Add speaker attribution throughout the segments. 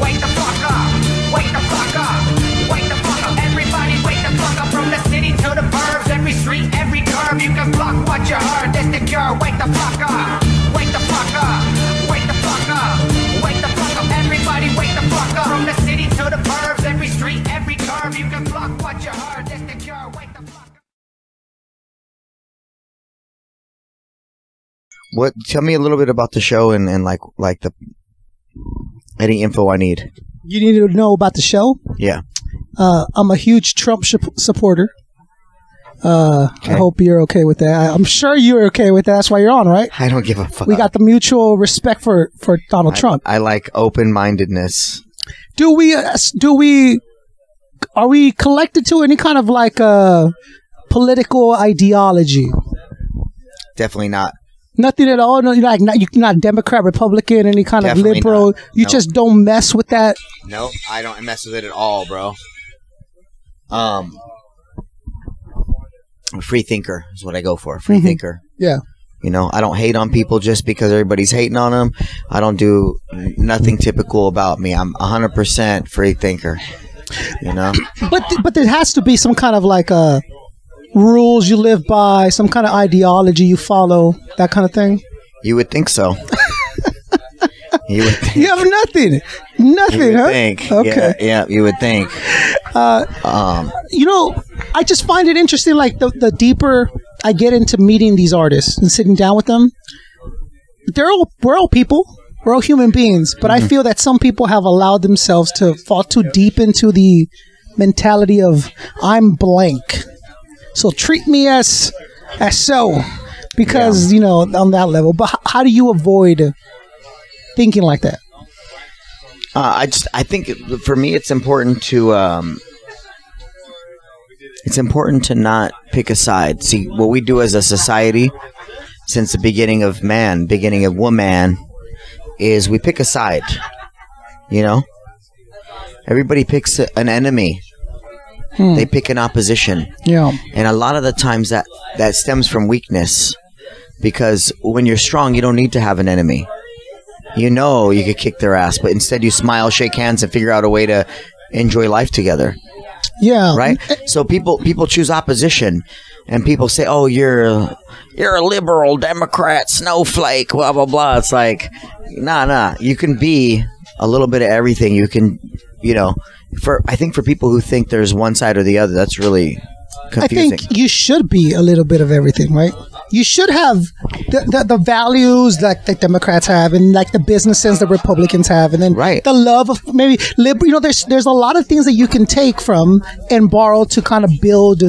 Speaker 1: Wake the fuck up! Wake the fuck up! Wake the fuck up! Everybody wake the fuck up! From the city to the burbs, every street, every curb, you can block what you heard. That's the cure. Wake the fuck up! Wake the fuck up! Wake the fuck up! Wake the fuck up! Everybody wake the fuck up! From the city to the burbs, every street, every curb, you can block what you heard. That's the cure. Wake the fuck up!
Speaker 2: What? Tell me a little bit about the show and, and like like the any info I need.
Speaker 3: You need to know about the show.
Speaker 2: Yeah.
Speaker 3: Uh, I'm a huge Trump sup- supporter. Uh, I
Speaker 2: Okay.
Speaker 3: hope you're okay with that. I, I'm sure you're okay with that. That's why you're on, right?
Speaker 2: I don't give a fuck.
Speaker 3: We got the mutual respect for, for Donald
Speaker 2: I-
Speaker 3: Trump.
Speaker 2: I like open mindedness.
Speaker 3: Do we? uh, s- Do we? Are we collected to any kind of like uh, political ideology?
Speaker 2: Definitely not.
Speaker 3: Nothing at all. No, you're like not, you're not Democrat, Republican, any kind
Speaker 2: Definitely
Speaker 3: of liberal.
Speaker 2: not.
Speaker 3: You
Speaker 2: Nope.
Speaker 3: just don't mess with that.
Speaker 2: No, I don't mess with it at all, bro. Um, I'm a free thinker is what I go for. a Free
Speaker 3: Mhm.
Speaker 2: thinker.
Speaker 3: Yeah.
Speaker 2: You know, I don't hate on people just because everybody's hating on them. I don't do nothing typical about me. I'm 100% free thinker. You know,
Speaker 3: But th- but there has to be some kind of like uh, rules you live by, some kind of ideology you follow, that kind of thing.
Speaker 2: you would think so. you would think.
Speaker 3: You have nothing,
Speaker 2: You
Speaker 3: nothing,
Speaker 2: would
Speaker 3: huh?
Speaker 2: think.
Speaker 3: Okay.
Speaker 2: Yeah, yeah, you would think. um,
Speaker 3: you know, I just find it interesting. Like the, the deeper I get into meeting these artists and sitting down with them, they're all we're all people, we're all human beings. But I feel that some people have allowed themselves to fall too deep into the mentality of I'm blank, so treat me as as so, because you know on that level. But h- how do you avoid thinking like that?
Speaker 2: Uh, I just I think it- for me it's important to um, it's important to not pick a side. See what we do as a society since the beginning of man, beginning of woman, is we pick a side. You know, everybody picks a, an enemy.
Speaker 3: Hmm.
Speaker 2: They pick an opposition
Speaker 3: Yeah,
Speaker 2: and a lot of the times that that stems from weakness because when you're strong you don't need to have an enemy you know you could kick their ass but instead you smile shake hands and figure out a way to enjoy life together
Speaker 3: yeah,
Speaker 2: right so people people choose opposition and people say oh you're you're a liberal democrat snowflake blah blah blah it's like nah nah you can be a little bit of everything you can you know for i think for people who think there's one side or the other that's really
Speaker 3: I
Speaker 2: confusing
Speaker 3: think you should be a little bit of everything, right? You should have the, the, the values like the Democrats have, and like the business sense the Republicans have, and then
Speaker 2: Right.
Speaker 3: the love of maybe lib- you know there's there's a lot of things that you can take from and borrow to kind of build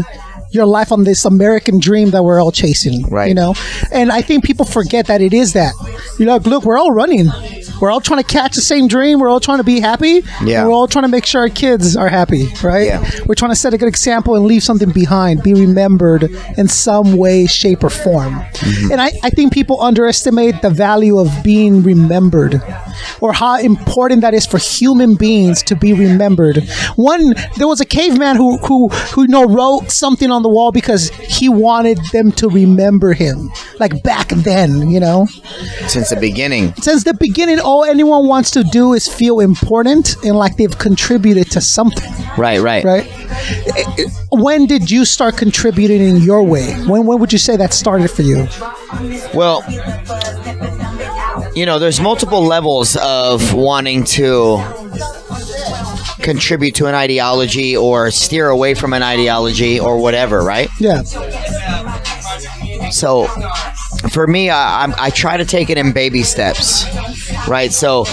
Speaker 3: your life on this American dream that we're all chasing,
Speaker 2: Right.
Speaker 3: You know, and I think people forget that it is that. You're like, look, we're all running, we're all trying to catch the same dream, we're all trying to be happy,
Speaker 2: Yeah.
Speaker 3: we're all trying to make sure our kids are happy, right?
Speaker 2: Yeah.
Speaker 3: We're trying to set a good example and leave something behind, be remembered in some way, shape, or form. And I, I think people underestimate the value of being remembered or how important that is for human beings to be remembered. One, there was a caveman who, who, who you know, wrote something on the wall because he wanted them to remember him, like back then, you know?
Speaker 2: since the beginning.
Speaker 3: since the beginning, all anyone wants to do is feel important and like they've contributed to something,
Speaker 2: Right, right.
Speaker 3: right? It- it- When did you start contributing in your way? When when would you say that started for you?
Speaker 2: Well, you know, there's multiple levels of wanting to contribute to an ideology or steer away from an ideology or whatever, right?
Speaker 3: Yeah,
Speaker 2: So for me, I, I'm, I try to take it in baby steps, right? So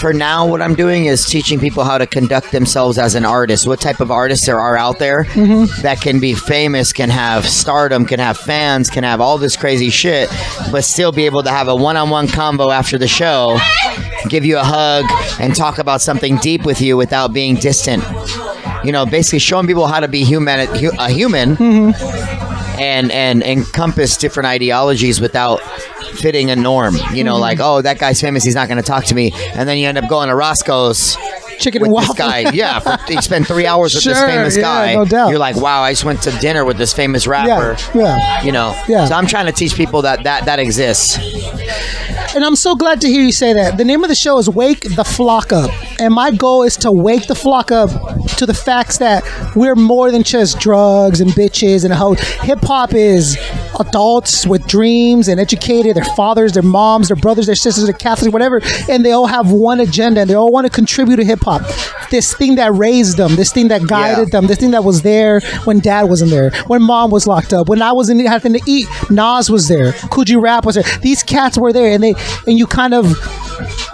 Speaker 2: for now, what I'm doing is teaching people how to conduct themselves as an artist. What type of artists there are out there that can be famous, can have stardom, can have fans, can have all this crazy shit, but still be able to have a one-on-one combo after the show, give you a hug, and talk about something deep with you without being distant. You know, basically showing people how to be human, hu- a human, and and encompass different ideologies without
Speaker 3: Mm-hmm.
Speaker 2: fitting a norm. You know, like oh that guy's famous, he's not going to talk to me, and then you end up going to Roscoe's
Speaker 3: chicken
Speaker 2: with
Speaker 3: and
Speaker 2: this
Speaker 3: waffle.
Speaker 2: guy. Yeah, for, you spend three hours with this
Speaker 3: Sure,
Speaker 2: famous
Speaker 3: yeah,
Speaker 2: guy.
Speaker 3: no doubt.
Speaker 2: You're like, wow, I just went to dinner with this famous rapper.
Speaker 3: Yeah, yeah.
Speaker 2: You know,
Speaker 3: Yeah.
Speaker 2: so I'm trying to teach people that that that exists.
Speaker 3: And I'm so glad to hear you say that. The name of the show is Wake the Flock Up. And my goal is to wake the flock up to the facts that we're more than just drugs and bitches and hoes. Hip hop is adults with dreams and educated, their fathers, their moms, their brothers, their sisters, their Catholics, whatever. And they all have one agenda and they all want to contribute to hip hop. This thing that raised them, this thing that guided
Speaker 2: Yeah.
Speaker 3: them, this thing that was there when dad wasn't there, when mom was locked up, when I wasn't had nothing to eat, Nas was there, Coogee Rap was there. These cats were there, and they and you kind of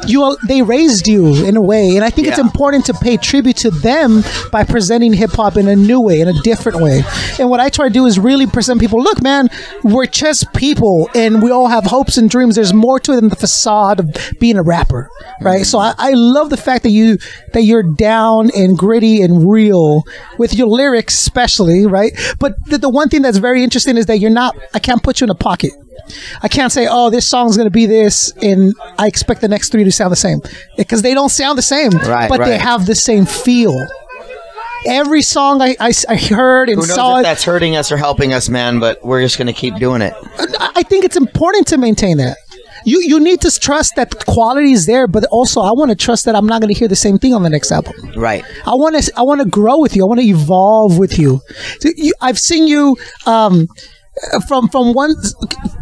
Speaker 3: you they raised you in a way, and I think it's
Speaker 2: Yeah.
Speaker 3: important to pay tribute to them by presenting hip hop in a new way, in a different way. And what I try to do is really present people. Look, man, we're just people, and we all have hopes and dreams. There's more to it than the facade of being a rapper, right? So I, I love the fact that you that you're down and gritty and real with your lyrics, especially, right? But the, the one thing that's very interesting is that you're not. I can't put you in a pocket. I can't say, oh, this song's going to be this, and I expect the next three to sound the same because they don't sound the same,
Speaker 2: Right,
Speaker 3: but they
Speaker 2: right.
Speaker 3: have the same feel. Every song I, I s- I heard and
Speaker 2: Who knows
Speaker 3: saw,
Speaker 2: if
Speaker 3: it,
Speaker 2: that's hurting us or helping us, man? But we're just gonna keep doing it.
Speaker 3: I I think it's important to maintain that. You you need to trust that the quality is there, but also I want to trust that I'm not going to hear the same thing on the next album.
Speaker 2: Right.
Speaker 3: I want to I want to grow with you. I want to evolve with you. So you- I've seen you um, from from one.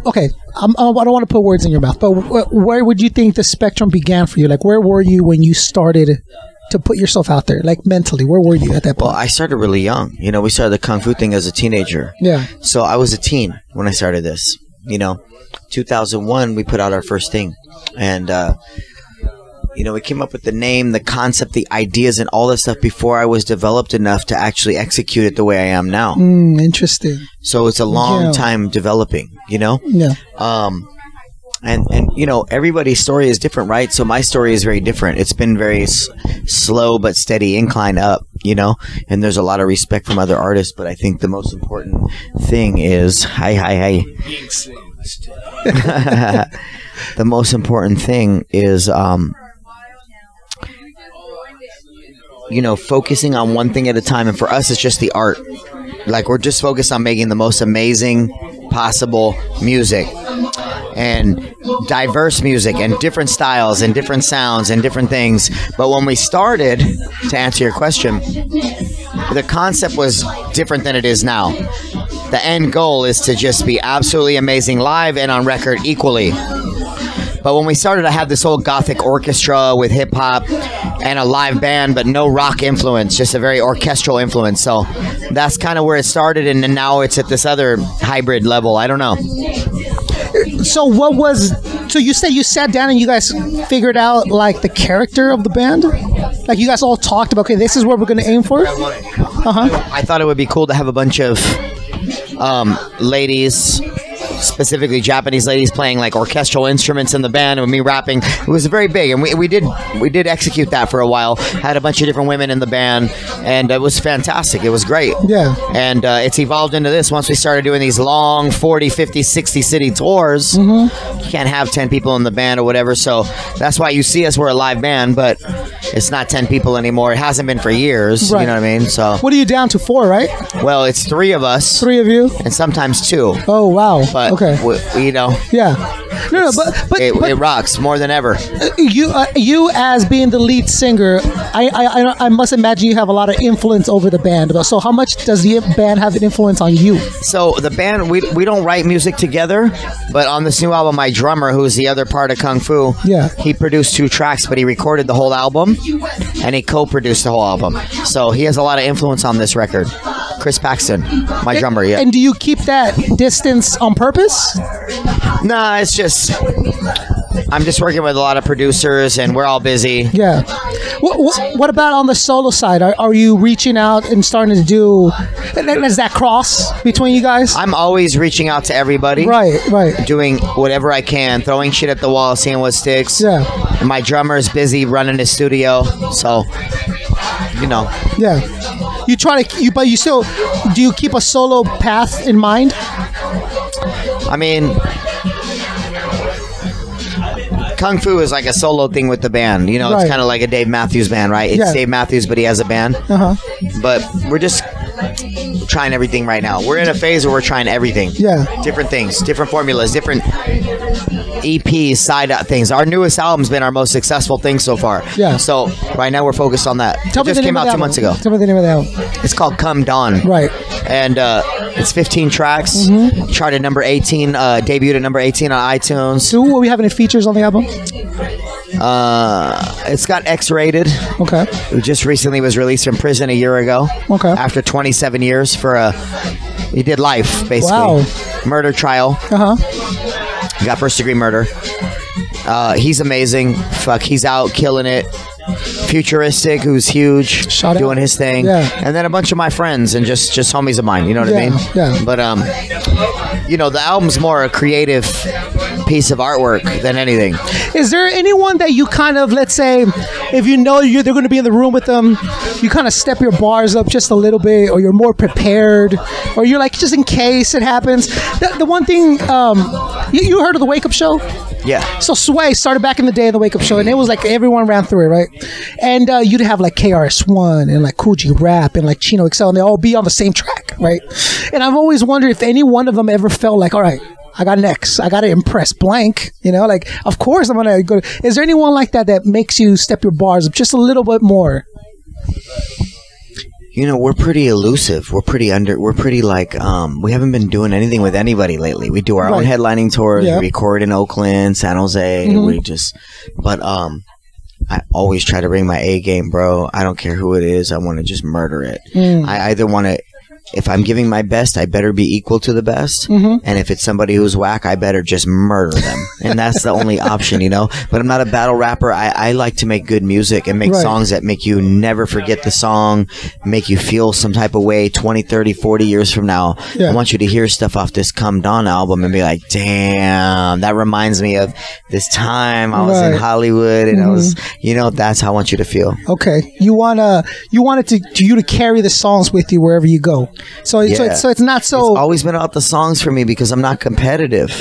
Speaker 3: Okay, I'm, I don't want to put words in your mouth, but wh- where would you think the spectrum began for you? Like, where were you when you started to put yourself out there? Like mentally, where were you at that
Speaker 2: Well,
Speaker 3: point?
Speaker 2: I started really young. You know, we started the kung fu thing as a teenager.
Speaker 3: Yeah,
Speaker 2: So I was a teen when I started this. You know, 2001 we put out our first thing, and uh, you know we came up with the name, the concept, the ideas, and all that stuff before I was developed enough to actually execute it the way I am now.
Speaker 3: mm, interesting.
Speaker 2: So it's a long
Speaker 3: Yeah.
Speaker 2: time developing. You know,
Speaker 3: Yeah,
Speaker 2: um, and and you know everybody's story is different, right? So my story is very different. It's been very s- slow but steady incline up, you know. And there's a lot of respect from other artists, but I think the most important thing is hi hi hi. the most important thing is um, you know focusing on one thing at a time, and for us it's just the art. Like we're just focused on making the most amazing possible music and diverse music and different styles and different sounds and different things. But when we started, to answer your question, the concept was different than it is now. The end goal is to just be absolutely amazing live and on record equally. But when we started, I had this whole gothic orchestra with hip hop and a live band, but no rock influence, just a very orchestral influence. So that's kind of where it started, and then now it's at this other hybrid level. I don't know.
Speaker 3: So what was? So you said you sat down and you guys figured out like the character of the band. Like you guys all talked about. Okay, this is what we're going to aim for. Uh huh.
Speaker 2: I thought it would be cool to have a bunch of um, ladies, specifically Japanese ladies, playing like orchestral instruments in the band, and me rapping. It was very big, and we, we did we did execute that for a while. Had a bunch of different women in the band, and it was fantastic. It was great.
Speaker 3: Yeah.
Speaker 2: And uh, it's evolved into this once we started doing these long 40, 50, 60 city tours.
Speaker 3: Mm-hmm.
Speaker 2: You can't have 10 people in the band or whatever. So that's why you see us. We're a live band, but it's not 10 people anymore. It hasn't been for years. You
Speaker 3: Right.
Speaker 2: know what I mean? So.
Speaker 3: What are you down to? Four, right?
Speaker 2: Well, it's three of us,
Speaker 3: Three of you.
Speaker 2: and sometimes two.
Speaker 3: Oh wow!
Speaker 2: But
Speaker 3: okay,
Speaker 2: w- you know,
Speaker 3: yeah, no, no, but but,
Speaker 2: it,
Speaker 3: but
Speaker 2: it rocks more than ever.
Speaker 3: you uh, you as being the lead singer, I, I I don't- I must imagine you have a lot of influence over the band. So how much does the band have an influence on you?
Speaker 2: So the band, we we don't write music together, but on this new album, my drummer, who is the other part of Kung Fu,
Speaker 3: Yeah.
Speaker 2: he produced two tracks, but he recorded the whole album, and he co-produced the whole album. So he has a lot of influence on this record. Chris Paxton, my drummer, yeah.
Speaker 3: And do you keep that distance on purpose?
Speaker 2: nah, it's just. I'm just working with a lot of producers, and we're all busy.
Speaker 3: Yeah. What, what, what about on the solo side? Are, are you reaching out and starting to do? and then Is that cross between you guys?
Speaker 2: I'm always reaching out to everybody.
Speaker 3: right, right.
Speaker 2: doing whatever I can, throwing shit at the wall, seeing what sticks.
Speaker 3: Yeah,
Speaker 2: My drummer is busy running his studio, so you know.
Speaker 3: yeah. You try to, you, but you still, do you keep a solo path in mind?
Speaker 2: I mean, Kung Fu is like a solo thing with the band. You know,
Speaker 3: Right.
Speaker 2: it's kind of like a Dave Matthews band, right? It's
Speaker 3: Yeah.
Speaker 2: Dave Matthews, but he has a band.
Speaker 3: Uh huh.
Speaker 2: But we're just trying everything right now. We're in a phase where we're trying everything.
Speaker 3: Yeah.
Speaker 2: Different things, different formulas, different EPs, side out things. Our newest album's been our most successful thing so far.
Speaker 3: Yeah.
Speaker 2: So right now we're focused on that.
Speaker 3: Tell
Speaker 2: it
Speaker 3: me
Speaker 2: just
Speaker 3: the name
Speaker 2: came
Speaker 3: of
Speaker 2: out
Speaker 3: the
Speaker 2: two
Speaker 3: album.
Speaker 2: months ago.
Speaker 3: Tell me the name of the album.
Speaker 2: It's called Come Dawn.
Speaker 3: Right. Mm-hmm.
Speaker 2: And uh, it's 15 tracks. Charted number 18, uh, debuted at number 18 on iTunes.
Speaker 3: So, what we have any features on the album?
Speaker 2: Uh, it's got X rated.
Speaker 3: Okay.
Speaker 2: It just recently was released from prison a year ago.
Speaker 3: Okay.
Speaker 2: After 27 years for a. He did life, basically.
Speaker 3: Wow.
Speaker 2: Murder trial.
Speaker 3: Uh huh.
Speaker 2: He got first degree murder. Uh, he's amazing. Fuck, he's out killing it. Futuristic, who's huge,
Speaker 3: Shout out.
Speaker 2: doing his thing,
Speaker 3: Yeah.
Speaker 2: and then a bunch of my friends and just just homies of mine. You know what
Speaker 3: Yeah,
Speaker 2: I mean?
Speaker 3: yeah.
Speaker 2: But um, you know, the album's more a creative piece of artwork than anything.
Speaker 3: Is there anyone that you kind of, let's say, if you know you they're going to be in the room with them, you kind of step your bars up just a little bit, or you're more prepared, or you're like, just in case it happens? The, the one thing, um, you, you heard of the wake up show?
Speaker 2: Yeah.
Speaker 3: So Sway started back in the day in the Wake Up Show, and it was like everyone ran through it, right? And uh, you'd have like KRS-One and like Cool G Rap and like Chino XL, and they all be on the same track, right? And I've always wondered if any one of them ever felt like, all right, I got next, I got to impress blank, you know? Like, of course I'm gonna go. Is there anyone like that that makes you step your bars up just a little bit more?
Speaker 2: You know, we're pretty elusive. We're pretty under. We're pretty like um, we haven't been doing anything with anybody lately. We do our own
Speaker 3: Right.
Speaker 2: headlining tours.
Speaker 3: Yeah. Mm-hmm.
Speaker 2: We record in Oakland, San Jose. We just, but um, I always try to bring my A game, bro. I don't care who it is. I want to just murder it.
Speaker 3: Mm.
Speaker 2: I either want to. If I'm giving my best, I better be equal to the best.
Speaker 3: Mm-hmm.
Speaker 2: And if it's somebody who's whack, I better just murder them. and that's the only option, you know? But I'm not a battle rapper. I, I like to make good music and make
Speaker 3: Right.
Speaker 2: songs that make you never forget the song, make you feel some type of way 20, 30, 40 years from now.
Speaker 3: Yeah.
Speaker 2: I want you to hear stuff off this Come Dawn album and be like, damn, that reminds me of this time I was in
Speaker 3: Right. Mm-hmm.
Speaker 2: Hollywood and I was, you know, that's how I want you to feel.
Speaker 3: Okay, you wanna you want it to, to you to carry the songs with you wherever you go. So, so,
Speaker 2: Yeah.
Speaker 3: it's, so it's not so.
Speaker 2: It's always been about the songs for me because I'm not competitive.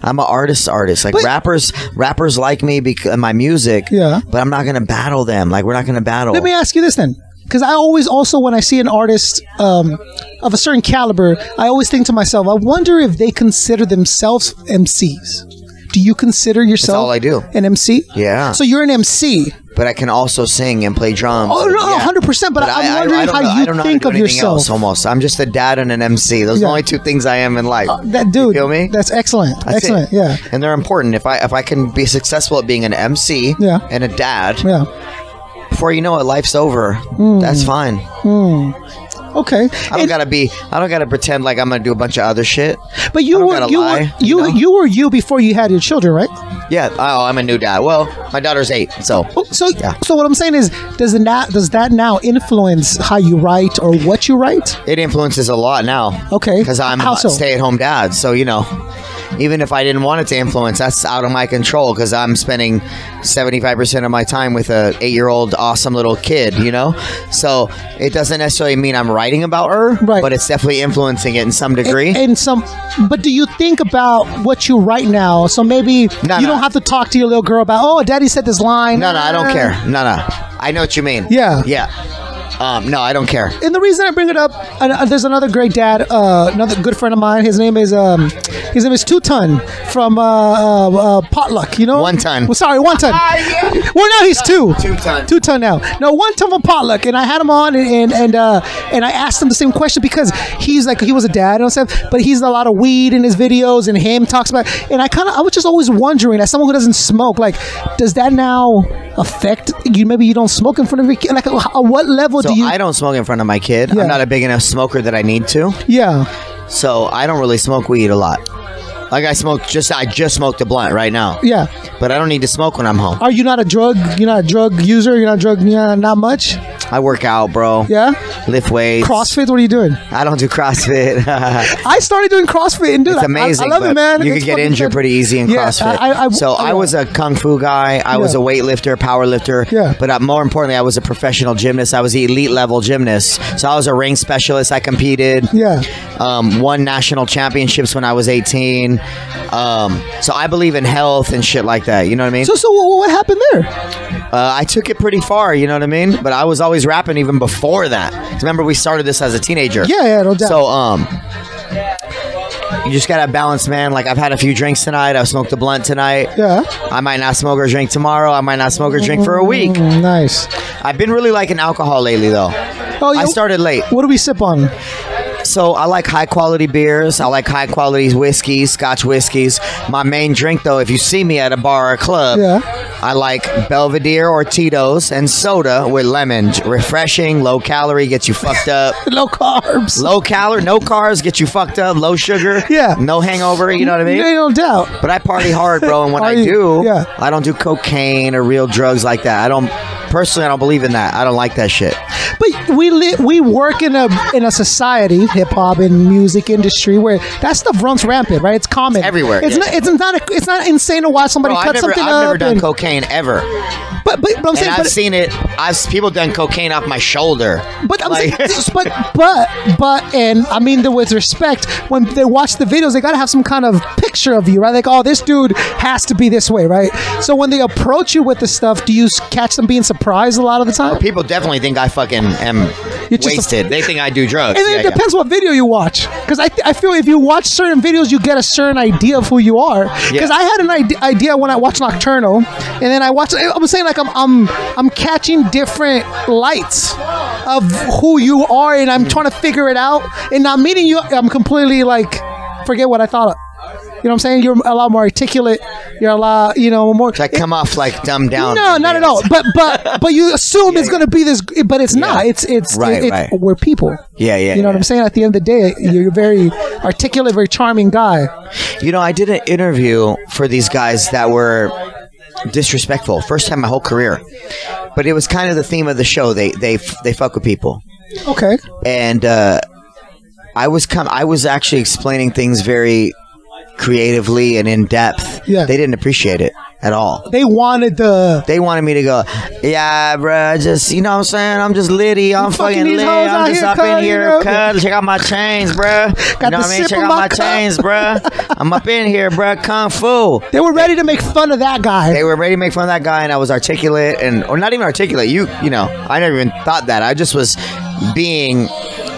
Speaker 2: I'm an artist, artist. Like
Speaker 3: But-
Speaker 2: rappers, rappers like me because my music.
Speaker 3: Yeah.
Speaker 2: But I'm not gonna battle them. Like we're not gonna battle.
Speaker 3: Let me ask you this then, because I always also when I see an artist um, of a certain caliber, I always think to myself, I wonder if they consider themselves MCs. Do you consider yourself?
Speaker 2: all I do.
Speaker 3: An MC.
Speaker 2: Yeah.
Speaker 3: So you're an MC.
Speaker 2: but I can also sing and play drums.
Speaker 3: Oh, no,
Speaker 2: Yeah.
Speaker 3: 100%, but I'm wondering
Speaker 2: don't
Speaker 3: how
Speaker 2: know-
Speaker 3: you
Speaker 2: I don't know
Speaker 3: think
Speaker 2: how to
Speaker 3: of
Speaker 2: do anything
Speaker 3: yourself.
Speaker 2: Else, almost. I'm just a dad and an MC. Those are
Speaker 3: Yeah.
Speaker 2: the
Speaker 3: Uh,
Speaker 2: only two things I am in life.
Speaker 3: That dude.
Speaker 2: feel me?
Speaker 3: That's excellent.
Speaker 2: That's it.
Speaker 3: excellent. Yeah.
Speaker 2: And they're important. If I if I can be successful at being an MC
Speaker 3: Yeah.
Speaker 2: and a dad,
Speaker 3: Yeah.
Speaker 2: before you know it, life's over. That's fine.
Speaker 3: Okay.
Speaker 2: I don't
Speaker 3: And-
Speaker 2: gotta be. I don't gotta pretend like I'm gonna do a bunch of other shit.
Speaker 3: but
Speaker 2: I
Speaker 3: you
Speaker 2: don't
Speaker 3: were
Speaker 2: gotta
Speaker 3: you
Speaker 2: lie,
Speaker 3: were you
Speaker 2: you
Speaker 3: you,
Speaker 2: know?
Speaker 3: were you before you had your children, right?
Speaker 2: Yeah. Oh, I'm a new dad. Well, my daughter's eight, so
Speaker 3: Oh, So
Speaker 2: Yeah.
Speaker 3: so what I'm saying is, does it now does that now influence how you write or what you write?
Speaker 2: it influences a lot now.
Speaker 3: Okay.
Speaker 2: Because I'm
Speaker 3: How
Speaker 2: a
Speaker 3: so?
Speaker 2: stay-at-home dad, so you know, even if I didn't want it to influence, that's out of my control because I'm spending 75% of my time with a eight-year-old awesome little kid. You know, so it doesn't necessarily mean I'm writing about her,
Speaker 3: Right.
Speaker 2: But it's definitely influencing it in some degree.
Speaker 3: and some but do you think about what you write now so maybe
Speaker 2: No,
Speaker 3: you
Speaker 2: no.
Speaker 3: don't have to talk to your little girl about oh daddy said this line
Speaker 2: no, no, I don't care. No, no, I know what you mean.
Speaker 3: Yeah.
Speaker 2: Yeah. Um, no, I don't care.
Speaker 3: and the reason I bring it up, and, uh, there's another great dad, uh, another good friend of mine. His name is um, his name is Two Ton from uh, uh, uh, Potluck. You know,
Speaker 2: One Ton.
Speaker 3: Well, sorry, One Ton. Well, now he's two.
Speaker 2: Two Ton.
Speaker 3: Two Ton now. No, One Ton from Potluck, and I had him on, and and and, uh, and I asked him the same question because he's like he was a dad and stuff, but he's a lot of weed in his videos, and him talks about. And I kind of I was just always wondering, as someone who doesn't smoke, like does that now affect you? Maybe you don't smoke in front of your kid. Like, at what level
Speaker 2: So
Speaker 3: do you?
Speaker 2: I don't smoke in front of my kid.
Speaker 3: Yeah.
Speaker 2: I'm not a big enough smoker that I need to.
Speaker 3: yeah.
Speaker 2: So I don't really smoke weed a lot. Like I smoke just I just smoked a blunt right now.
Speaker 3: Yeah.
Speaker 2: But I don't need to smoke when I'm home.
Speaker 3: Are you not a drug? You're not a drug user. You're not a drug. You're not, not much.
Speaker 2: I work out, bro.
Speaker 3: Yeah.
Speaker 2: lift weights.
Speaker 3: CrossFit, what are you doing?
Speaker 2: I don't do CrossFit.
Speaker 3: I started doing CrossFit and dude,
Speaker 2: it's
Speaker 3: I-
Speaker 2: amazing.
Speaker 3: I, I love
Speaker 2: but
Speaker 3: it, man.
Speaker 2: You
Speaker 3: It's
Speaker 2: could get
Speaker 3: fucking
Speaker 2: injured
Speaker 3: fun.
Speaker 2: pretty easy in
Speaker 3: Yeah,
Speaker 2: CrossFit.
Speaker 3: I- I-
Speaker 2: so
Speaker 3: I-
Speaker 2: I was a kung fu guy. I was a
Speaker 3: Yeah.
Speaker 2: weightlifter, power lifter.
Speaker 3: Yeah.
Speaker 2: But uh, more importantly, I was a professional gymnast. I was the elite level gymnast. So I was a ring specialist. I competed.
Speaker 3: Yeah.
Speaker 2: Um, won national championships when I was 18. Um, so I believe in health and shit like that. You know what I mean?
Speaker 3: So, so what, what happened there?
Speaker 2: Uh, I took it pretty far, you know what I mean? But I was always rapping even before that. 'Cause Remember, we started this as a teenager.
Speaker 3: Yeah, yeah, no doubt.
Speaker 2: So, um, you just gotta balance, man. Like I've had a few drinks tonight. I've smoked a blunt tonight.
Speaker 3: Yeah.
Speaker 2: I might not smoke or drink tomorrow. I might not smoke or drink for a week.
Speaker 3: Mm, nice.
Speaker 2: I've been really liking alcohol lately, though.
Speaker 3: Oh,
Speaker 2: I
Speaker 3: yeah.
Speaker 2: started late.
Speaker 3: What do we sip on?
Speaker 2: So I like high quality beers. I like high quality whiskeys, Scotch whiskeys. My main drink, though, if you see me at a bar or club,
Speaker 3: Yeah.
Speaker 2: I like Belvedere or Tito's and soda with lemon. Refreshing, low calorie, gets you fucked up.
Speaker 3: Low carbs.
Speaker 2: low calorie, no carbs, get you fucked up. Low sugar,
Speaker 3: Yeah.
Speaker 2: no hangover. You know what I mean?
Speaker 3: No, no doubt.
Speaker 2: But I party hard, bro. And when
Speaker 3: Are
Speaker 2: I
Speaker 3: you-
Speaker 2: do,
Speaker 3: yeah.
Speaker 2: I don't do cocaine or real drugs like that. I don't personally. I don't believe in that. I don't like that shit.
Speaker 3: But we li- we work in a in a society, hip hop and music industry, where that stuff runs rampant, right? It's common
Speaker 2: everywhere,
Speaker 3: It's
Speaker 2: yeah.
Speaker 3: not it's not a, it's not insane to watch somebody
Speaker 2: Bro, I've
Speaker 3: cut
Speaker 2: never,
Speaker 3: something
Speaker 2: I've
Speaker 3: up.
Speaker 2: never done
Speaker 3: and-
Speaker 2: cocaine ever.
Speaker 3: but, but but I'm
Speaker 2: and
Speaker 3: saying,
Speaker 2: I've
Speaker 3: but,
Speaker 2: seen it. I've people done cocaine off my shoulder.
Speaker 3: but I'm
Speaker 2: Like-
Speaker 3: saying, but but but and I mean, the, with respect, when they watch the videos, they gotta have some kind of picture of you, right? Like, oh, this dude has to be this way, right? So when they approach you with this stuff, do you s- catch them being surprised a lot of the time?
Speaker 2: people definitely think I fucking am
Speaker 3: You're just a-
Speaker 2: wasted. they think I do drugs.
Speaker 3: And then
Speaker 2: Yeah,
Speaker 3: it depends what video you watch. Because I, th- I feel if you watch certain videos, you get a certain idea of who you are. Because
Speaker 2: Yeah.
Speaker 3: I had an ide- idea when I watched Nocturnal, and then I watched. I'm saying like I'm I'm I'm catching different lights of who you are, and
Speaker 2: Mm.
Speaker 3: I'm trying to figure it out. And not meeting you, I'm completely like forget what I thought. of. You know what I'm saying? You're a lot more articulate. You're a lot, you know, more.
Speaker 2: yeah. I come off like dumbed down.
Speaker 3: No, not at all. But but but you assume it's
Speaker 2: yeah.
Speaker 3: going to be this, but it's not. It's it's
Speaker 2: Right,
Speaker 3: it's-
Speaker 2: right.
Speaker 3: we're people.
Speaker 2: Yeah, yeah,
Speaker 3: You know what
Speaker 2: yeah.
Speaker 3: I'm saying? At the end of the day, you're a very articulate, very charming guy.
Speaker 2: You know, I did an interview for these guys that were disrespectful. First time my whole career, but it was kind of the theme of the show. They they they fuck with people.
Speaker 3: Okay.
Speaker 2: and uh, I was com- I was actually explaining things very creatively and in depth.
Speaker 3: Yeah.
Speaker 2: they didn't appreciate it at all.
Speaker 3: They wanted the
Speaker 2: They wanted me to go, yeah, bruh, just you know what I'm saying. I'm just litty. I'm
Speaker 3: fucking
Speaker 2: fucking,
Speaker 3: these
Speaker 2: litty.
Speaker 3: hoes out
Speaker 2: I'm just
Speaker 3: here,
Speaker 2: up
Speaker 3: cuz,
Speaker 2: in
Speaker 3: you
Speaker 2: here,
Speaker 3: know?
Speaker 2: cuz. Check out my chains, bruh.
Speaker 3: Got
Speaker 2: you know
Speaker 3: the
Speaker 2: what I mean?
Speaker 3: sip
Speaker 2: Check
Speaker 3: in
Speaker 2: out
Speaker 3: my
Speaker 2: my
Speaker 3: cup.
Speaker 2: chains, bruh. I'm up in here, bruh. Kung fu.
Speaker 3: they were ready to make fun of that guy.
Speaker 2: They were ready to make fun of that guy, and I was articulate, and or not even articulate. You, you know, I never even thought that. I just was being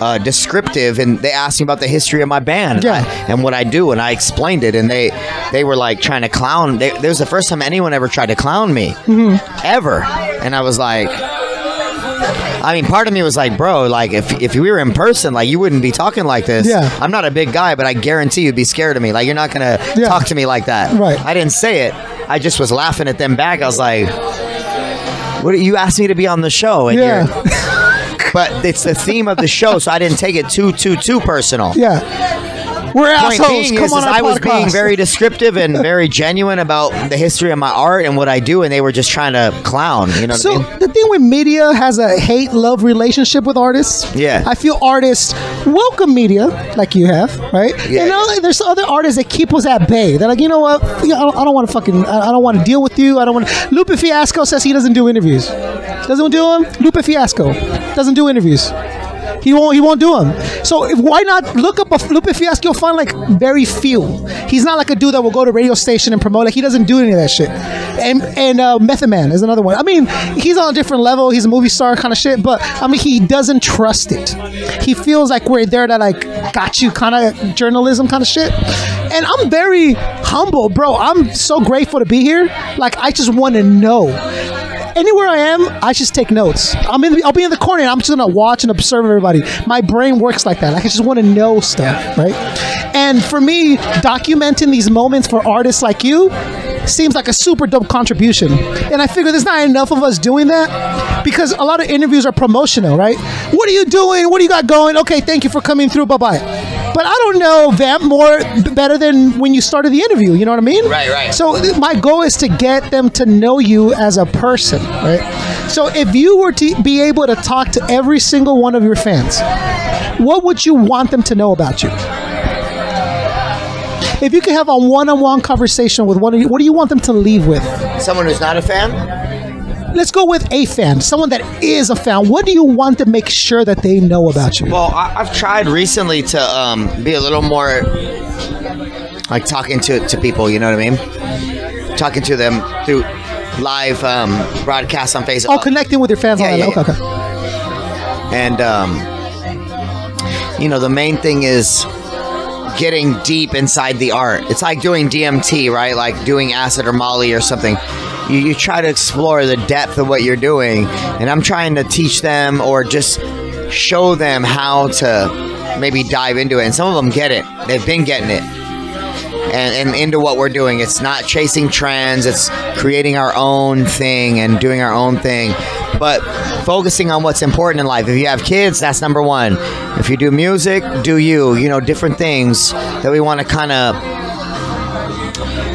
Speaker 2: uh, descriptive, and they asked me about the history of my band, and
Speaker 3: Yeah.
Speaker 2: I- and what I do, and I explained it, and they, they were like trying to clown. They, there was the first time anyone ever tried to clown me,
Speaker 3: Mm-hmm.
Speaker 2: ever, and I was like. I mean, part of me was like, bro, like if if we were in person, like you wouldn't be talking like this.
Speaker 3: Yeah.
Speaker 2: I'm not a big guy, but I guarantee you'd be scared of me. Like you're not gonna
Speaker 3: Yeah.
Speaker 2: talk to me like that.
Speaker 3: Right.
Speaker 2: I didn't say it. I just was laughing at them back. I was like, what you asked me to be on the show and
Speaker 3: yeah.
Speaker 2: you're but it's the theme of the show, so I didn't take it too too too personal.
Speaker 3: yeah. We're
Speaker 2: Point
Speaker 3: assholes.
Speaker 2: being
Speaker 3: Come
Speaker 2: is,
Speaker 3: on,
Speaker 2: is
Speaker 3: our
Speaker 2: I was
Speaker 3: podcast.
Speaker 2: being very descriptive and very genuine about the history of my art and what I do, and they were just trying to clown. You know what
Speaker 3: So
Speaker 2: I mean?
Speaker 3: the thing with media has a hate love relationship with artists.
Speaker 2: Yeah.
Speaker 3: I feel artists welcome media like you have, right?
Speaker 2: Yeah,
Speaker 3: You know,
Speaker 2: yeah.
Speaker 3: there's other artists that keep us at bay. They're like, you know what? You know, I don't, want to fucking. I I don't want to deal with you. I don't want. to Lupe Fiasco says he doesn't do interviews. Doesn't do them. Lupe Fiasco doesn't do interviews. He won't. He won't do them. So if, why not look up a Lupe Fiasco? You'll find like very few. He's not like a dude that will go to radio station and promote. Like he doesn't do any of that shit. And and uh, Method Man is another one. I mean, he's on a different level. He's a movie star kind of shit. But I mean, he doesn't trust it. He feels like we're there to like got you kind of journalism kind of shit. And I'm very humble, bro. I'm so grateful to be here. Like I just want to know anywhere I am, I just take notes. I'm in. I'll be in the corner. and I'm just gonna watch and observe everybody. My brain works like that. Like I just want to know stuff, right? And for me, documenting these moments for artists like you seems like a super dope contribution. And I figure there's not enough of us doing that because a lot of interviews are promotional, right? What are you doing? What do you got going? Okay, thank you for coming through. Bye bye. But I don't know them more better than when you started the interview. You know what I mean?
Speaker 2: Right, right.
Speaker 3: So th- my goal is to get them to know you as a person, right? So if you were to be able to talk to every single one of your fans, what would you want them to know about you? If you could have a one-on-one conversation with one of you, what do you want them to leave with?
Speaker 2: Someone who's not a fan?
Speaker 3: Let's go with a fan, someone that is a fan. What do you want to make sure that they know about you?
Speaker 2: Well, I, I've tried recently to um, be a little more like talking to to people. You know what I mean? Talking to them through live um, broadcasts on Facebook.
Speaker 3: Oh, connecting with your fans
Speaker 2: Yeah,
Speaker 3: on
Speaker 2: yeah,
Speaker 3: that.
Speaker 2: yeah.
Speaker 3: Okay, okay.
Speaker 2: And um, you know, the main thing is getting deep inside the art. It's like doing DMT, right? Like doing acid or Molly or something. You, you try to explore the depth of what you're doing, and I'm trying to teach them or just show them how to maybe dive into it. And some of them get it; they've been getting it and, and into what we're doing. It's not chasing trends, it's creating our own thing and doing our own thing, but focusing on what's important in life. If you have kids, that's number one. If you do music, do you, you know, different things that we want to kind of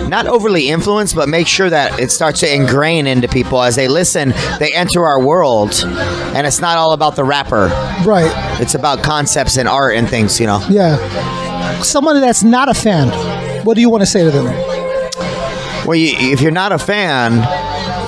Speaker 2: not overly influence, but make sure that it starts to ingrain into people as they listen, they enter our world, and it's not all about the rapper.
Speaker 3: Right.
Speaker 2: It's about concepts and art and things, you know.
Speaker 3: Yeah. Someone that's not a fan. What do you want to say to them?
Speaker 2: Well, you, if you're not a fan,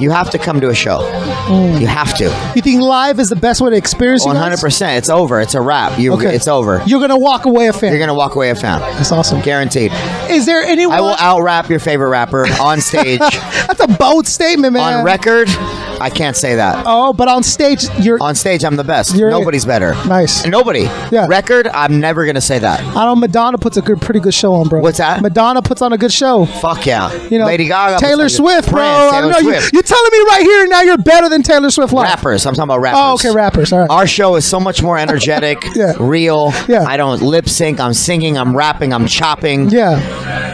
Speaker 2: you have to come to a show.
Speaker 3: Mm.
Speaker 2: You have to.
Speaker 3: You think live is the best way to experience you
Speaker 2: One
Speaker 3: guys?
Speaker 2: hundred percent. It's over. It's a wrap. You,
Speaker 3: Okay.
Speaker 2: it's over.
Speaker 3: You're gonna walk away a fan.
Speaker 2: You're gonna walk away a fan,
Speaker 3: That's awesome.
Speaker 2: guaranteed.
Speaker 3: Is there anyone?
Speaker 2: I will out rap your favorite rapper on stage,
Speaker 3: That's a bold statement, man.
Speaker 2: on record. I can't say that.
Speaker 3: Oh, but on stage, you're.
Speaker 2: On stage, I'm the best.
Speaker 3: You're-
Speaker 2: Nobody's better.
Speaker 3: Nice.
Speaker 2: Nobody.
Speaker 3: Yeah.
Speaker 2: Record. I'm never gonna say that.
Speaker 3: I know Madonna puts a good, pretty good show on, bro.
Speaker 2: What's that?
Speaker 3: Madonna puts on a good show.
Speaker 2: Fuck yeah.
Speaker 3: You know,
Speaker 2: Lady Gaga.
Speaker 3: Taylor
Speaker 2: Prince,
Speaker 3: Swift, bro. I
Speaker 2: Taylor
Speaker 3: know you-
Speaker 2: Swift.
Speaker 3: you're telling me right here and now you're better than Taylor Swift live.
Speaker 2: rappers. I'm talking about rappers.
Speaker 3: Oh, okay, rappers. All right.
Speaker 2: Our show is so much more energetic,
Speaker 3: Yeah.
Speaker 2: real.
Speaker 3: Yeah.
Speaker 2: I don't lip sync. I'm singing. I'm rapping. I'm chopping.
Speaker 3: yeah.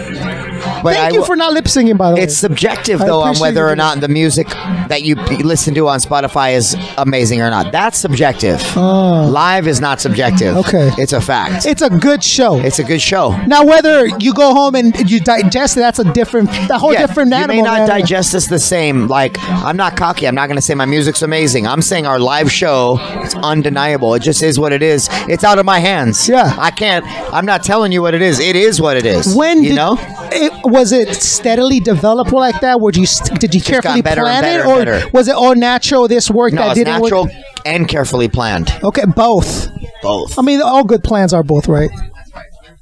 Speaker 2: But I
Speaker 3: Thank you
Speaker 2: will-
Speaker 3: for not lip singing, by the way.
Speaker 2: It's subjective though on
Speaker 3: appreciate
Speaker 2: whether
Speaker 3: you
Speaker 2: or
Speaker 3: doing
Speaker 2: not the music that you p- listen to on Spotify is amazing or not. That's subjective. Live is not subjective.
Speaker 3: Oh. Okay.
Speaker 2: It's a fact.
Speaker 3: it's a good show.
Speaker 2: it's a good show.
Speaker 3: now, whether you go home and you digest it, that's a different, a whole different
Speaker 2: you
Speaker 3: animal.
Speaker 2: may not
Speaker 3: man.
Speaker 2: digest this the same. Like, I'm not cocky. I'm not going to say my music's amazing. I'm saying our live show, it's undeniable. It just is what it is. It's out of my hands.
Speaker 3: Yeah.
Speaker 2: I can't, I'm not telling you what it is. It is what it is.
Speaker 3: When
Speaker 2: you
Speaker 3: did,
Speaker 2: know?
Speaker 3: it, was it steadily developed like that? Were you st- did you carefully
Speaker 2: better and
Speaker 3: plan
Speaker 2: better
Speaker 3: it,
Speaker 2: and
Speaker 3: or
Speaker 2: better.
Speaker 3: was it all natural? This work
Speaker 2: No,
Speaker 3: that
Speaker 2: it's
Speaker 3: didn't
Speaker 2: natural
Speaker 3: work.
Speaker 2: and carefully planned.
Speaker 3: Okay, both.
Speaker 2: Both.
Speaker 3: I mean, all good plans are both, right?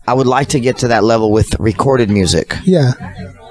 Speaker 2: I would like to get to that level with recorded music.
Speaker 3: Yeah.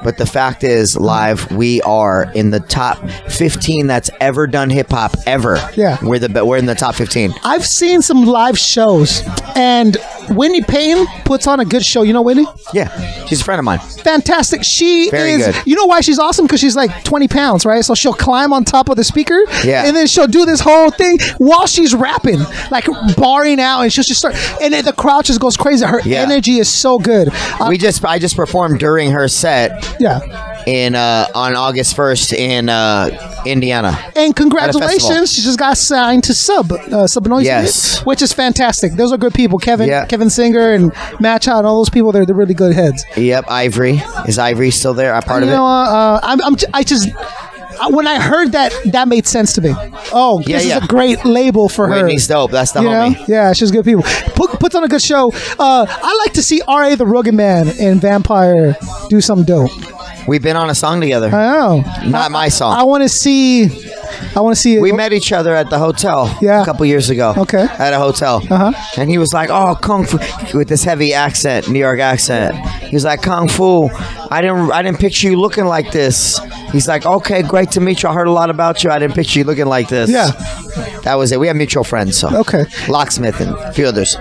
Speaker 2: But the fact is, live, we are in the top 15 that's ever done hip hop ever.
Speaker 3: Yeah.
Speaker 2: We're, the, be- we're in the top 15.
Speaker 3: I've seen some live shows, and Winnie Payne puts on a good show. You know, Winnie,
Speaker 2: Yeah. She's a friend of mine.
Speaker 3: fantastic. She
Speaker 2: Very
Speaker 3: is.
Speaker 2: good.
Speaker 3: You know why she's awesome? Because she's like 20 pounds, right? So she'll climb on top of the speaker,
Speaker 2: Yeah.
Speaker 3: and then she'll do this whole thing while she's rapping, like barring out, and she'll just start, and then the crowd just goes crazy. Her
Speaker 2: Yeah.
Speaker 3: energy is so good. Uh,
Speaker 2: we just I just performed during her set
Speaker 3: yeah,
Speaker 2: in uh, on August 1st in uh, Indiana.
Speaker 3: and
Speaker 2: festival.
Speaker 3: congratulations, she just got signed to Sub uh, Sub Noise,
Speaker 2: Yes.
Speaker 3: which is fantastic. Those are good people, Kevin,
Speaker 2: Yeah.
Speaker 3: Kevin Singer, and Matt Chow, and all those people. They're, they're really good heads.
Speaker 2: Yep, Ivory. Is Ivory still there? A part
Speaker 3: you
Speaker 2: of it?
Speaker 3: know, uh, I'm, I'm, ji just I- when I heard that, that made sense to me. Oh,
Speaker 2: Yeah,
Speaker 3: this
Speaker 2: yeah.
Speaker 3: is a great label for
Speaker 2: Whitney's
Speaker 3: her.
Speaker 2: dope. That's the
Speaker 3: You know?
Speaker 2: homie.
Speaker 3: Yeah, she's good people. Put, puts on a good show. Uh, I like to see R.A. the Rugged Man and Vampire do something dope.
Speaker 2: We've been on a song together.
Speaker 3: Oh,
Speaker 2: Not my song.
Speaker 3: I want to see. I want to see.
Speaker 2: We met each other at the hotel
Speaker 3: Yeah.
Speaker 2: a couple years ago.
Speaker 3: Okay.
Speaker 2: At a hotel.
Speaker 3: Uh-huh.
Speaker 2: And he was like, oh, Kung Fu, with this heavy accent, New York accent. He was like, Kung Fu, I didn't, I didn't picture you looking like this. He's like, okay, great to meet you. I heard a lot about you. I didn't picture you looking like this.
Speaker 3: Yeah.
Speaker 2: That was it. We have mutual friends. So.
Speaker 3: Okay.
Speaker 2: Locksmith and a few others.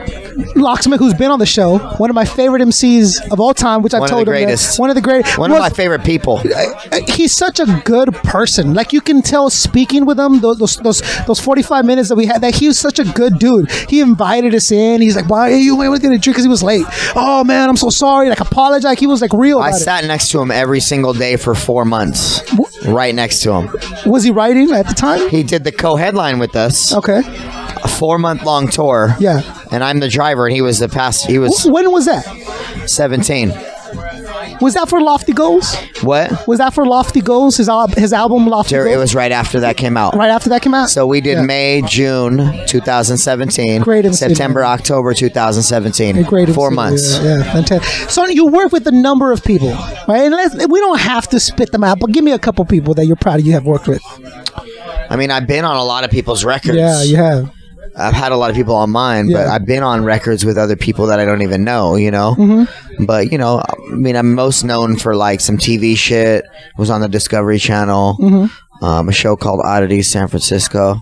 Speaker 3: Locksmith, who's been on the show, one of my favorite MCs of all time, which I've
Speaker 2: One of the
Speaker 3: told him that-
Speaker 2: greatest.
Speaker 3: one of the greatest.
Speaker 2: One of my favorite people.
Speaker 3: Uh, he's such a good person. Like you can tell speaking with him those those those, those forty five minutes that we had. That he was such a good dude. He invited us in. He's like, "Why are you? I was gonna drink because he was late. Oh man, I'm so sorry. Like apologize. Like, he was like real.
Speaker 2: I
Speaker 3: about it.
Speaker 2: sat next to him every single day for four months. Right next to him.
Speaker 3: Was he writing at the time?
Speaker 2: He did the co headline with us.
Speaker 3: Okay.
Speaker 2: a four month long tour.
Speaker 3: Yeah.
Speaker 2: and I'm the driver, and he was the past. He was
Speaker 3: Wh- When was that?
Speaker 2: 17.
Speaker 3: Was that for Lofty Goals?
Speaker 2: What?
Speaker 3: Was that for Lofty Goals? His al- his album Lofty
Speaker 2: There-
Speaker 3: Goals.
Speaker 2: It was right after that came out.
Speaker 3: right after that came out.
Speaker 2: So we did
Speaker 3: Yeah.
Speaker 2: May, June 2017.
Speaker 3: Great MC,
Speaker 2: September,
Speaker 3: man.
Speaker 2: October 2017.
Speaker 3: A great
Speaker 2: Four
Speaker 3: MC,
Speaker 2: months.
Speaker 3: Yeah, yeah, fantastic. So you work with a number of people, right? And let's, we don't have to spit them out, but give me a couple people that you're proud of you have worked with.
Speaker 2: I mean, I've been on a lot of people's records.
Speaker 3: Yeah, you have.
Speaker 2: I've had a lot of people on mine, but
Speaker 3: Yeah.
Speaker 2: I've been on records with other people that I don't even know, you know?
Speaker 3: Mm-hmm.
Speaker 2: But, you know, I mean, I'm most known for like some TV shit. was on the Discovery Channel,
Speaker 3: Mm-hmm.
Speaker 2: um, a show called Oddity San Francisco.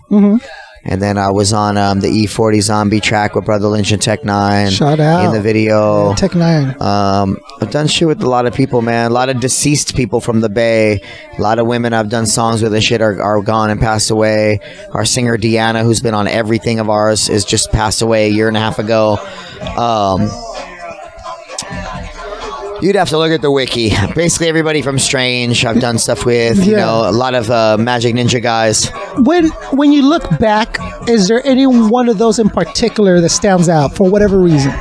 Speaker 2: And then I was on um, the E40 Zombie track with Brother Lynch and Tech Nine.
Speaker 3: Shout out.
Speaker 2: In the video.
Speaker 3: Tech Nine.
Speaker 2: Um, I've done shit with a lot of people, man. A lot of deceased people from the Bay. A lot of women I've done songs with and shit are, are gone and passed away. Our singer Deanna, who's been on everything of ours, is just passed away a year and a half ago. Um, you'd have to look at the wiki. Basically, everybody from Strange I've done stuff with. You
Speaker 3: Yeah.
Speaker 2: know, a lot of uh, Magic Ninja guys.
Speaker 3: When when you look back, is there any one of those in particular that stands out for whatever reason?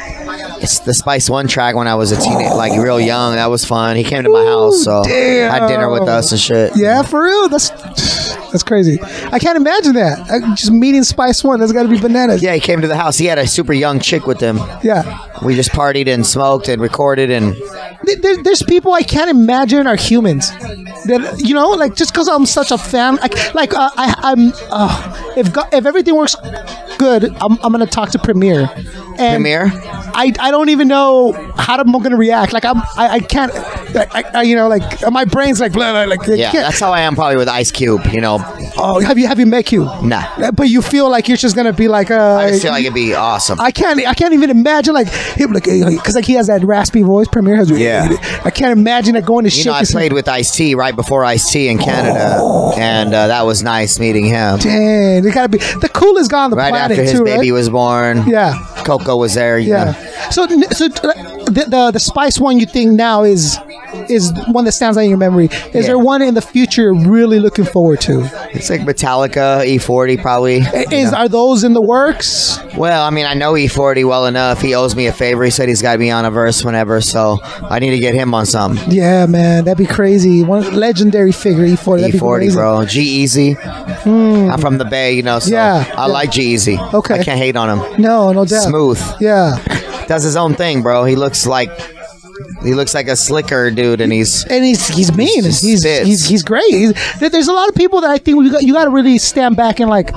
Speaker 2: It's the Spice One track when I was a teenager, like real young. That was fun. He came to my house, so had dinner with
Speaker 3: damn.
Speaker 2: us and shit.
Speaker 3: Yeah, for real. That's that's crazy. I can't imagine that. I, just meeting Spice One. That's got to be bananas.
Speaker 2: Yeah, he came to the house. He had a super young chick with him.
Speaker 3: Yeah.
Speaker 2: We just partied and smoked and recorded and
Speaker 3: Th- there, there's people I can't imagine are humans. That you know, like just because I'm such a fan, like, like uh, I, I'm. Uh, if go- if everything works good, I'm, I'm gonna talk to Premiere. And
Speaker 2: Premiere?
Speaker 3: I, I don't even know how I'm gonna react. Like I'm I, I can't. Like, I, I, you know, like my brain's like blah blah. Like I
Speaker 2: yeah,
Speaker 3: can't-
Speaker 2: that's how I am probably with Ice Cube. You know,
Speaker 3: oh, have you have you met you? Uh,
Speaker 2: Nah.
Speaker 3: But you feel like you're just gonna be like uh.
Speaker 2: I just feel like it'd be awesome.
Speaker 3: I can't. I can't even imagine like him like because like he has that raspy voice. Premiere has.
Speaker 2: Yeah.
Speaker 3: I can't imagine that going to
Speaker 2: you
Speaker 3: shit.
Speaker 2: know, I played with Ice T right before Ice T in Canada, and uh, that was nice meeting him.
Speaker 3: Dang, it gotta be the coolest guy on the
Speaker 2: Right
Speaker 3: planet
Speaker 2: after his
Speaker 3: too,
Speaker 2: baby
Speaker 3: right?
Speaker 2: was born,
Speaker 3: yeah,
Speaker 2: Coco was there. You
Speaker 3: yeah.
Speaker 2: know.
Speaker 3: So, so uh, the, the the spice one you think now is is one that stands out in your memory. Is there one in the future you're really looking forward to?
Speaker 2: it's like Metallica, E40 probably.
Speaker 3: Is are those in the works?
Speaker 2: Well, I mean, I know E40 well enough. He owes me a favor. He said he's got to be on a verse whenever, so I need to get him on something.
Speaker 3: Yeah, man, that'd be crazy. One legendary figure, E forty. That'd be
Speaker 2: E40,
Speaker 3: crazy.
Speaker 2: bro. G Easy. I'm from the Bay, you know, so
Speaker 3: Hmm. Yeah,
Speaker 2: I
Speaker 3: yeah.
Speaker 2: like G Easy.
Speaker 3: Okay.
Speaker 2: I can't hate on him.
Speaker 3: No, no doubt.
Speaker 2: Smooth.
Speaker 3: Yeah,
Speaker 2: Does his own thing, bro. He looks like he looks like a slicker dude and he's
Speaker 3: and he's he's mean. He's
Speaker 2: Just
Speaker 3: he's,
Speaker 2: spits.
Speaker 3: he's, great. He's, there- there's a lot of people that I think we got, you got to really stand back and like.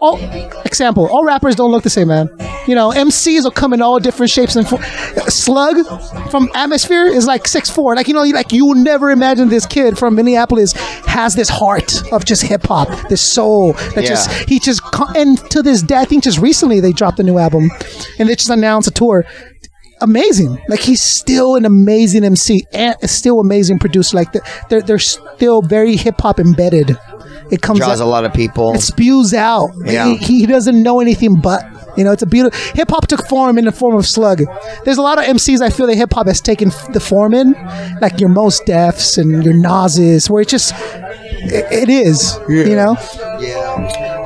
Speaker 3: All, example: All rappers don't look the same, man. You know, MCs will come in all different shapes and. Fo- Slug from Atmosphere is like six four. Like you know, you- like you will never imagine this kid from Minneapolis has this heart of just hip hop, this soul that
Speaker 2: Yeah.
Speaker 3: just he just co- and to this day, I think just recently they dropped a new album, and they just announced a tour amazing. Like he's still an amazing MC and a still amazing producer. Like they're- they're they're still very hip hop embedded. It comes
Speaker 2: draws a
Speaker 3: out,
Speaker 2: lot of people.
Speaker 3: it spews out.
Speaker 2: Yeah.
Speaker 3: He, he doesn't know anything but. You know, it's a beautiful hip hop took form in the form of slug. There's a lot of MCs I feel that hip hop has taken f- the form in, like your most deafs and your Nas's, where it just it, it is. You know,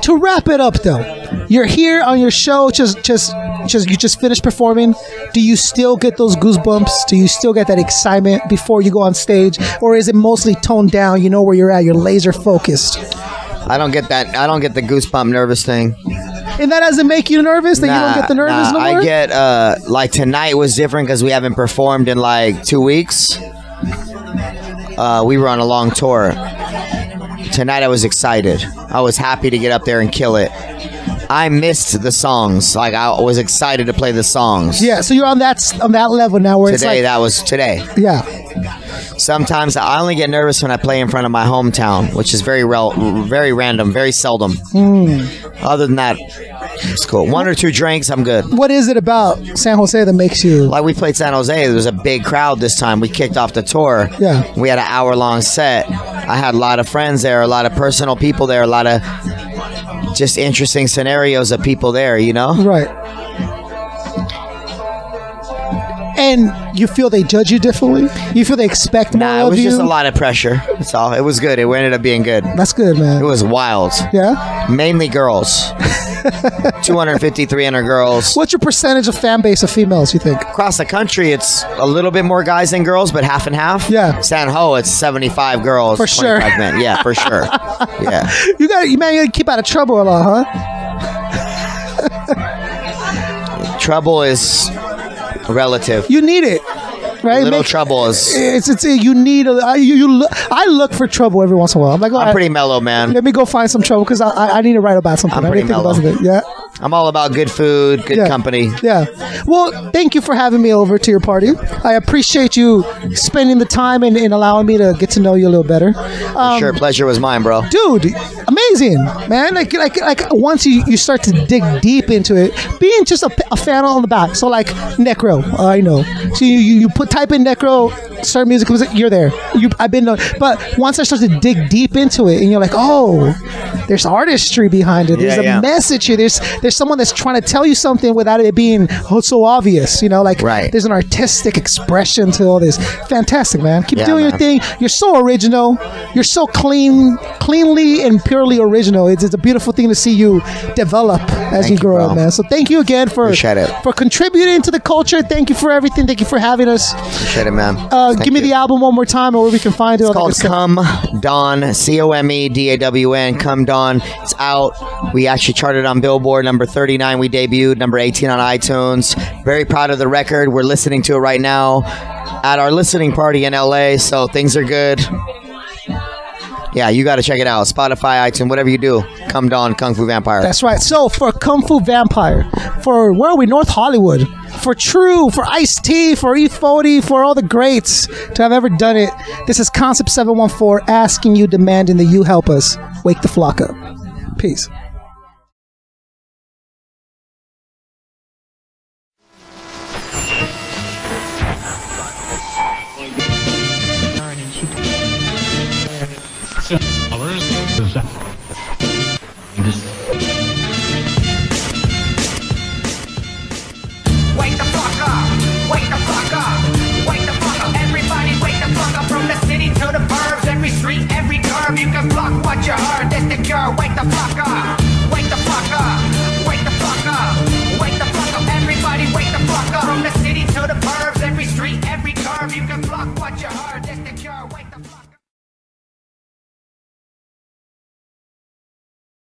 Speaker 3: to wrap it up though you're here on your show just just just you just finished performing do you still get those goosebumps do you still get that excitement before you go on stage or is it mostly toned down you know where you're at you're laser focused
Speaker 2: I don't get that I don't get the goosebump nervous thing.
Speaker 3: and that doesn't make you nervous that you don't
Speaker 2: Nah,
Speaker 3: get the
Speaker 2: nah,
Speaker 3: nervous no more
Speaker 2: I get uh like tonight was different because we haven't performed in like two weeks. Uh, we were on a long tour. Tonight I was excited. I was happy to get up there and kill it. I missed the songs. Like I was excited to play the songs.
Speaker 3: yeah so you're on that s- on that level now where
Speaker 2: Today
Speaker 3: it's
Speaker 2: that was today.
Speaker 3: like yeah
Speaker 2: Sometimes I only get nervous when I play in front of my hometown, which is very rel- very random, very seldom.
Speaker 3: Hmm.
Speaker 2: Other than that, it's cool. One or two drinks, I'm good.
Speaker 3: what is it about san jose that makes you
Speaker 2: Like we played San Jose, there was a big crowd this time. We kicked off the tour.
Speaker 3: Yeah.
Speaker 2: We had an hour long set. I had a lot of friends there, a lot of personal people there, a lot of just interesting scenarios of people there, you know?
Speaker 3: right and you feel they judge you differently you feel they expect more
Speaker 2: Nah, it
Speaker 3: of
Speaker 2: was
Speaker 3: you
Speaker 2: just a lot of pressure. That's all. It was good. It ended up being good.
Speaker 3: that's good man
Speaker 2: It was wild.
Speaker 3: yeah
Speaker 2: Mainly girls. 250, 300 girls.
Speaker 3: What's your percentage of fan base of females? You think?
Speaker 2: Across the country, it's a little bit more guys than girls, but half and half.
Speaker 3: Yeah.
Speaker 2: San Ho, it's 75 girls.
Speaker 3: For sure.
Speaker 2: 25 Men. Yeah, for sure. Yeah.
Speaker 3: You got you man, you gotta keep out of trouble a lot, huh?
Speaker 2: Trouble is relative.
Speaker 3: You need it, right?
Speaker 2: Little
Speaker 3: Make-
Speaker 2: trouble is.
Speaker 3: It's it's you need a I, you, you look, I look for trouble every once in a while. I'm like, all
Speaker 2: I'm
Speaker 3: right,
Speaker 2: pretty mellow, man.
Speaker 3: let me go find some trouble because I, I I need to write about something.
Speaker 2: I'm
Speaker 3: I need to
Speaker 2: pretty
Speaker 3: think about
Speaker 2: mellow.
Speaker 3: something. Yeah,
Speaker 2: I'm all about good food, good
Speaker 3: Yeah.
Speaker 2: company.
Speaker 3: yeah. Well, thank you for having me over to your party. I appreciate you spending the time and, and allowing me to get to know you a little better. Um,
Speaker 2: sure, pleasure was mine, bro.
Speaker 3: dude amazing man like like, like once you, you start to dig deep into it being just a, a fan on the back so like necro i know so you, you, you put type in necro certain music comes you're there you i've been known but once i start to dig deep into it and you're like oh there's artistry behind it there's
Speaker 2: Yeah, yeah.
Speaker 3: a message here there's there's someone that's trying to tell you something without it being oh, so obvious you know like
Speaker 2: Right.
Speaker 3: there's an artistic expression to all this fantastic man keep
Speaker 2: Yeah,
Speaker 3: doing your
Speaker 2: man.
Speaker 3: thing thing. You're so original. You're so clean, cleanly and purely original. It's, it's a beautiful thing to see you develop as you
Speaker 2: you,
Speaker 3: grow up,
Speaker 2: bro.
Speaker 3: man. So thank you again for
Speaker 2: Appreciate it.
Speaker 3: for contributing to the culture. Thank you for everything. Thank you for having us.
Speaker 2: Appreciate it, man.
Speaker 3: Uh,
Speaker 2: Thank
Speaker 3: give me
Speaker 2: you.
Speaker 3: the album one more time, or where we can find it. all that
Speaker 2: called
Speaker 3: good stuff.
Speaker 2: Come Dawn, C O M E D A W N, Come Dawn. It's out. We actually charted on Billboard number 39. We debuted number 18 on iTunes. Very proud of the record. We're listening to it right now at our listening party in LA, so things are good. Yeah, you got to check it out. Spotify, iTunes, whatever you do. Come Dawn, Kung Fu Vampire.
Speaker 3: That's right. So for Kung Fu Vampire, for where are we? North Hollywood. For True, for Ice T, for E40, for all the greats to have ever done it. This is Concept 714 asking you, demanding that you help us wake the flock up. Peace.
Speaker 1: Wake the fuck up! Wake the fuck up! Wake the fuck up! Everybody wake the fuck up! From the city to the burbs, every street, every curb, you can block what you heard. That's the cure. Wake the fuck up!